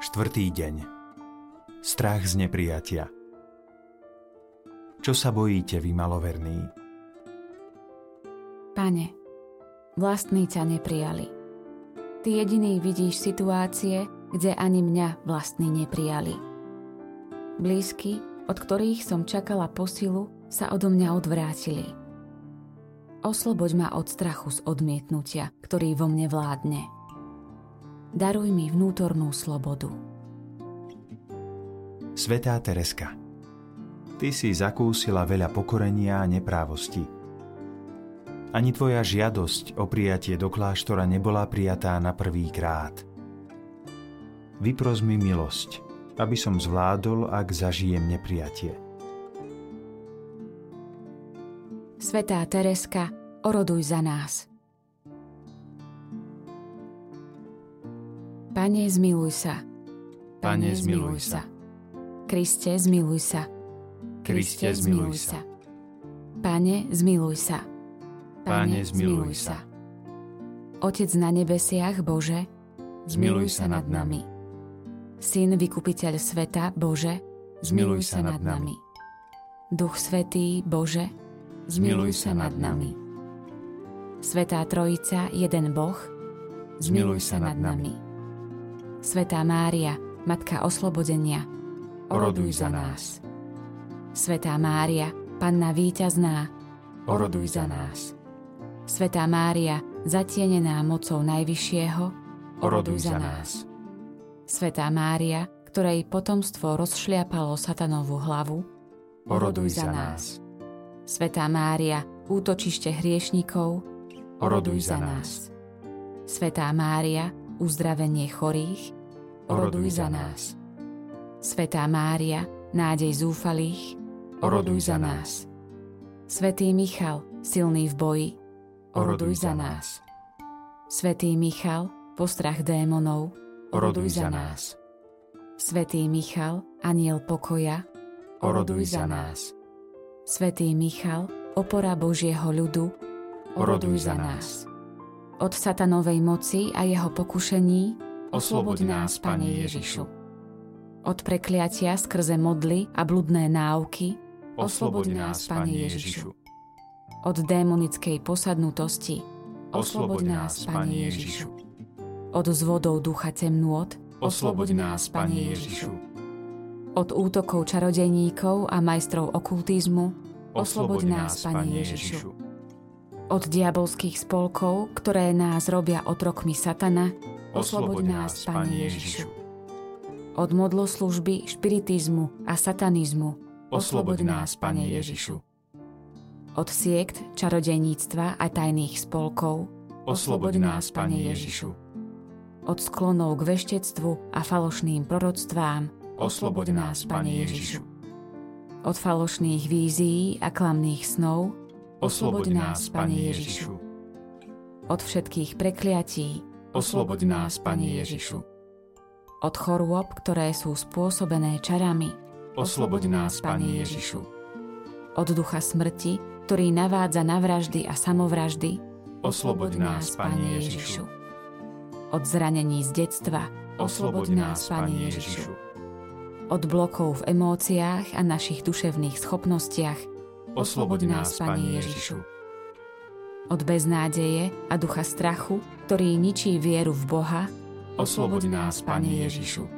Štvrtý deň. Strach z neprijatia. Čo sa bojíte, vy maloverní? Pane, vlastní ťa neprijali. Ty jediný vidíš situácie, kde ani mňa vlastní neprijali. Blízky, od ktorých som čakala posilu, sa odo mňa odvrátili. Osloboď ma od strachu z odmietnutia, ktorý vo mne vládne. Daruj mi vnútornú slobodu. Svetá Tereska. Ty si zakúsila veľa pokorenia a neprávosti. Ani tvoja žiadosť o prijatie do kláštora nebola prijatá na prvý krát. Vypros mi milosť, aby som zvládol, ak zažijem neprijatie. Svetá Tereska, oroduj za nás. Pane, zmiluj sa. Pane, zmiluj sa. Kriste, zmiluj sa. Kriste, zmiluj sa. Pane, zmiluj sa. Pane, zmiluj sa. Otec na nebesiach, Bože, Zmiluj sa nad nami. Syn, vykupiteľ sveta, Bože, Zmiluj sa nad nami. Duch Svetý, Bože, Zmiluj sa nad nami. Svetá Trojica, jeden Boh, Zmiluj sa nad nami. Svetá Mária, Matka oslobodenia, Oroduj za nás. Svetá Mária, Panna víťazná, Oroduj za nás. Svetá Mária, zatienená mocou Najvyššieho, Oroduj za nás. Svetá Mária, ktorej potomstvo rozšliapalo satanovú hlavu, Oroduj za nás. Svetá Mária, útočište hriešnikov, Oroduj za nás. Svetá Mária, uzdravenie chorých, Oroduj za nás. Svetá Mária, nádej zúfalých, Oroduj za nás. Svetý Michal, silný v boji, Oroduj za nás. Svetý Michal, postrach démonov, Oroduj za nás. Svetý Michal, aniel pokoja, Oroduj za nás. Svetý Michal, opora Božieho ľudu, Oroduj za nás. od satanovej moci a jeho pokušení, Osloboď nás, Pane Ježišu. Od prekliatia skrze modly a bludné náuky, Osloboď nás, Pane Ježišu. od démonickej posadnutosti, Osloboď nás, Pane Ježišu. od zvodov ducha temnôt, Osloboď nás, Pane Ježišu. od útokov čarodeníkov a majstrov okultizmu, Osloboď nás, Pane Ježišu. od diabolských spolkov, ktoré nás robia otrokmi satana, Osloboď nás, Pane Ježišu. od modloslužby, špiritizmu a satanizmu, Osloboď nás, Pane Ježišu. od siekt, čarodeníctva a tajných spolkov, Osloboď nás, Pane Ježišu. od sklonov k veštectvu a falošným proroctvám, Osloboď nás, Pane Ježišu. od falošných vízií a klamných snov, Osloboď nás, Pane Ježišu. od všetkých prekliatí, Osloboď nás, Pane Ježišu. od chorôb, ktoré sú spôsobené čarami, Osloboď nás, Pane Ježišu. od ducha smrti, ktorý navádza na vraždy a samovraždy, Osloboď nás, Pane Ježišu. od zranení z detstva, Osloboď nás, Pane Ježišu. od blokov v emóciách a našich duševných schopnostiach, Osloboď nás, Pane Ježišu. od beznádeje a ducha strachu, ktorý ničí vieru v Boha, Osloboď nás, Pane Ježišu.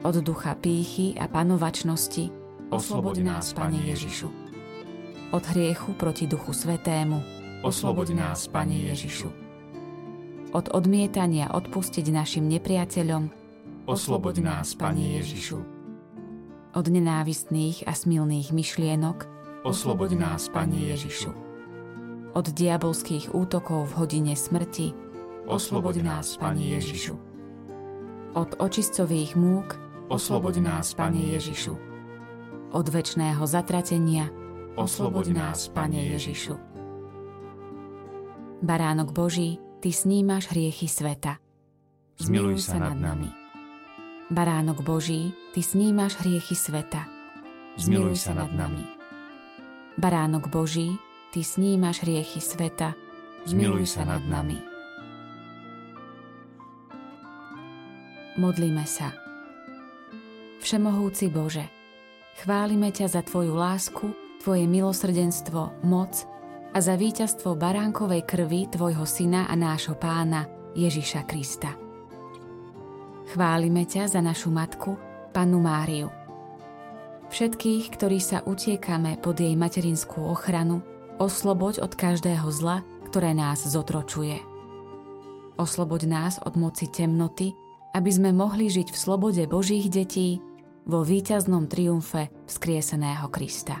od ducha pýchy a panovačnosti, Osloboď nás, Pane Ježišu. od hriechu proti duchu svetému, Osloboď nás, Pane Ježišu. od odmietania odpustiť našim nepriateľom, Osloboď nás, Pane Ježišu. od nenávistných a smilných myšlienok, Osloboď nás, Pane Ježišu. od diabolských útokov v hodine smrti, Osloboď nás, Pane Ježišu. od očistcových múk, Osloboď nás, Pane Ježišu. od väčšného zatratenia, Osloboď nás, Pane Ježišu. Baránok Boží, Ty snímaš hriechy sveta. Zmiluj sa nad nami. Baránok Boží, Ty snímaš hriechy sveta. Zmiluj sa nad nami. Baránok Boží, Ty snímaš hriechy sveta. Zmiluj sa nad nami. Modlíme sa. Všemohúci Bože, chválime ťa za Tvoju lásku, Tvoje milosrdenstvo, moc a za víťazstvo baránkovej krvi Tvojho Syna a nášho Pána Ježiša Krista. Chválime ťa za našu matku, Panu Máriu. Všetkých, ktorí sa utiekame pod jej materinskú ochranu, osloboď od každého zla, ktoré nás zotročuje. Osloboď nás od moci temnoty, aby sme mohli žiť v slobode Božích detí vo víťaznom triumfe vzkrieseného Krista.